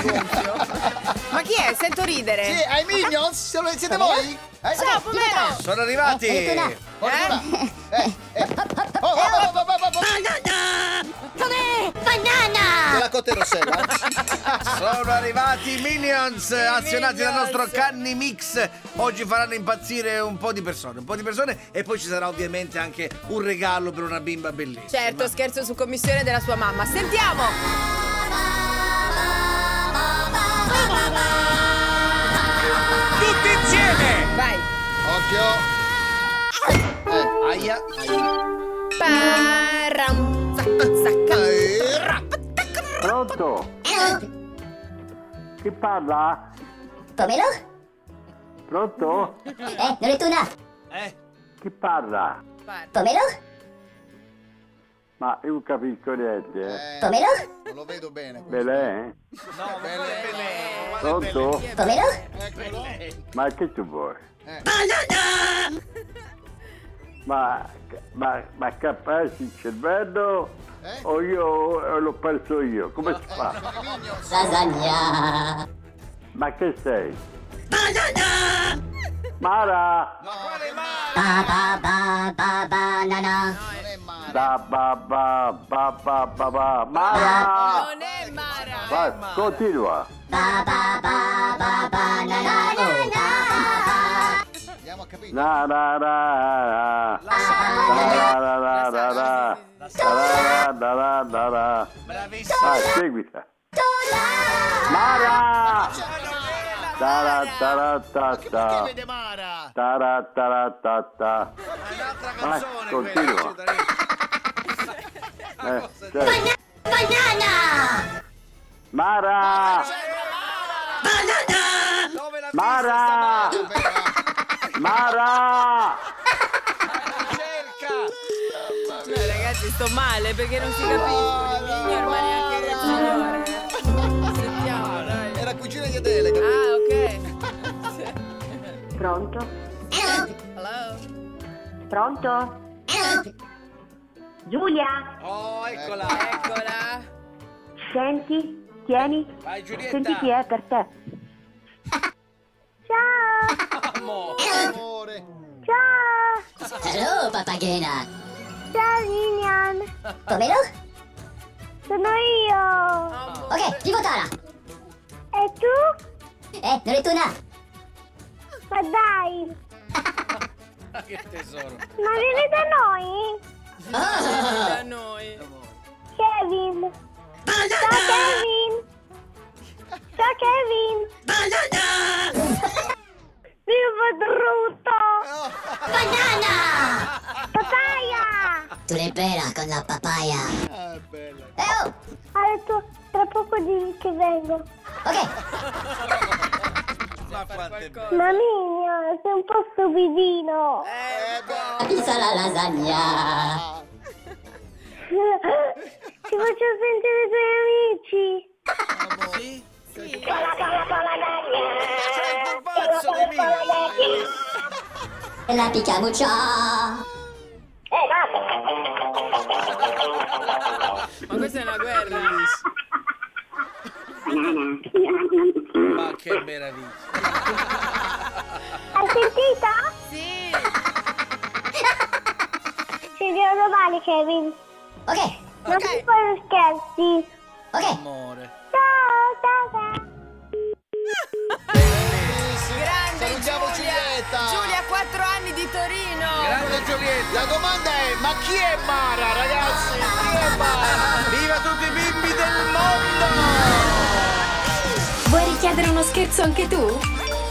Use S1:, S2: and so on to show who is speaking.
S1: silenzio?
S2: Ma chi è? Sento ridere.
S1: Sì, ai Minions? Sono- Siete voi? Eh?
S2: Ciao, Pomero!
S3: Sono arrivati!
S4: Eh, eccola.
S2: Ah,
S1: Qualcuno? Eh, eh. Oh, oh, oh, oh, oh, oh, oh.
S4: Come? Banana!
S3: Della Cotte Rossella. Sono arrivati i Minions azionati dal nostro
S2: Minions.
S3: Canni Mix. Oggi faranno impazzire un po' di persone, un po' di persone e poi ci sarà ovviamente anche un regalo per una bimba bellissima.
S2: Certo, scherzo su commissione della sua mamma. Sentiamo!
S5: Tutti insieme!
S2: Vai!
S1: Occhio.
S3: Aia.
S2: Param! Zac, zac.
S1: Eh,
S6: Pronto? Chi parla?
S4: Pomelo?
S6: Pronto?
S4: Eh, non è tu una?
S3: Eh,
S6: Chi parla?
S4: Pomelo?
S6: Ma io non capisco niente. eh.
S1: eh,
S4: Pomelo?
S1: Non lo vedo bene. questo.
S6: Belè?
S3: no, ma quale Belen? Quale
S6: Pronto?
S4: Pomelo?
S1: Eccolo.
S6: Ma che ci vuoi?
S1: Eh.
S6: Ma, ma, ma che ha perso il cervello?
S1: Eh?
S6: O io o l'ho perso io? Come si fa?
S1: Sono i Minions.
S4: Lasagna!
S6: Ma che sei? Mara!
S1: No,
S4: Ba ba ba ba banana!
S1: non è male.
S6: Da ba ba ba ba ba ba
S1: Ah.
S6: Mara!
S2: Non è Mara!
S6: Vai, continua!
S4: Ba ba ba ba banana!
S1: Andiamo a capire.
S6: La la la la la la la la la la la la la la Pa, la
S3: Bravissimo.
S6: Vai, seguita Mara ta ra ta ra ta
S1: Che
S6: ta
S1: vede Mara?
S6: ta ra ta ra ta ta
S3: È un'altra
S6: Vai,
S3: canzone
S6: continua
S3: quella.
S6: Eh, sì.
S4: Banana!
S6: Mara
S3: Dove la
S6: Mara Mara
S3: cerca?
S2: Cioè, ragazzi, sto male perché non si capisce. Signor, ma neanche il signore. Sentiamo, dai.
S1: Era cugina di Adele. capito?
S2: Ah, ok.
S7: Pronto?
S2: Hello.
S7: Pronto? Giulia,
S3: Oh, eccola.
S6: Ecco.
S2: Eccola.
S7: senti, tieni,
S3: Vai Giulietta.
S7: senti chi è per te. Ciao,
S3: Amo.
S1: Amore.
S7: ciao,
S4: Hello, papaghena!
S7: ciao Lilian,
S4: Pomelo?
S7: sono io.
S1: Ah.
S4: Ok, chi votara?
S7: E tu?
S4: Eh, non è tu una?
S7: Ma dai, ma
S3: Che tesoro.
S7: vieni da noi?
S2: Da noi.
S7: Kevin. Ciao Kevin. Ciao Kevin. Vivo brutto.
S4: Banana!
S7: Papaya.
S4: Tu le pera con la papaya!
S1: Ah, è bella.
S4: Eh, oh!
S7: Ha detto tra poco di che vengo.
S4: Ok,
S3: Ma quante
S7: Ma mia, sei un po' stupidino.
S1: Eh, beh.
S4: pizza la lasagna!
S7: Ti faccio sentire i tuoi amici.
S3: Sì?
S7: Cala, cala, cala,
S3: C'è il pupazzo di Minions.
S4: La picchiamuccia!
S2: Ma questa è una guerra.
S3: Ma che meraviglia.
S7: Hai sentito?
S2: Sì.
S7: Ci vediamo domani, Kevin.
S4: Ok,
S7: Non ti fare scherzi.
S4: ok,
S3: Amore.
S7: Ciao, ciao, ciao.
S2: Grande
S1: Salutiamo
S2: Giulia.
S1: Giulietta.
S2: Giulia ha 4 anni di Torino.
S3: Grande Giulietta.
S1: La domanda è, ma chi è Mara, ragazzi? Chi è Mara?
S3: Viva tutti i bimbi del mondo!
S8: Vuoi richiedere uno scherzo anche tu?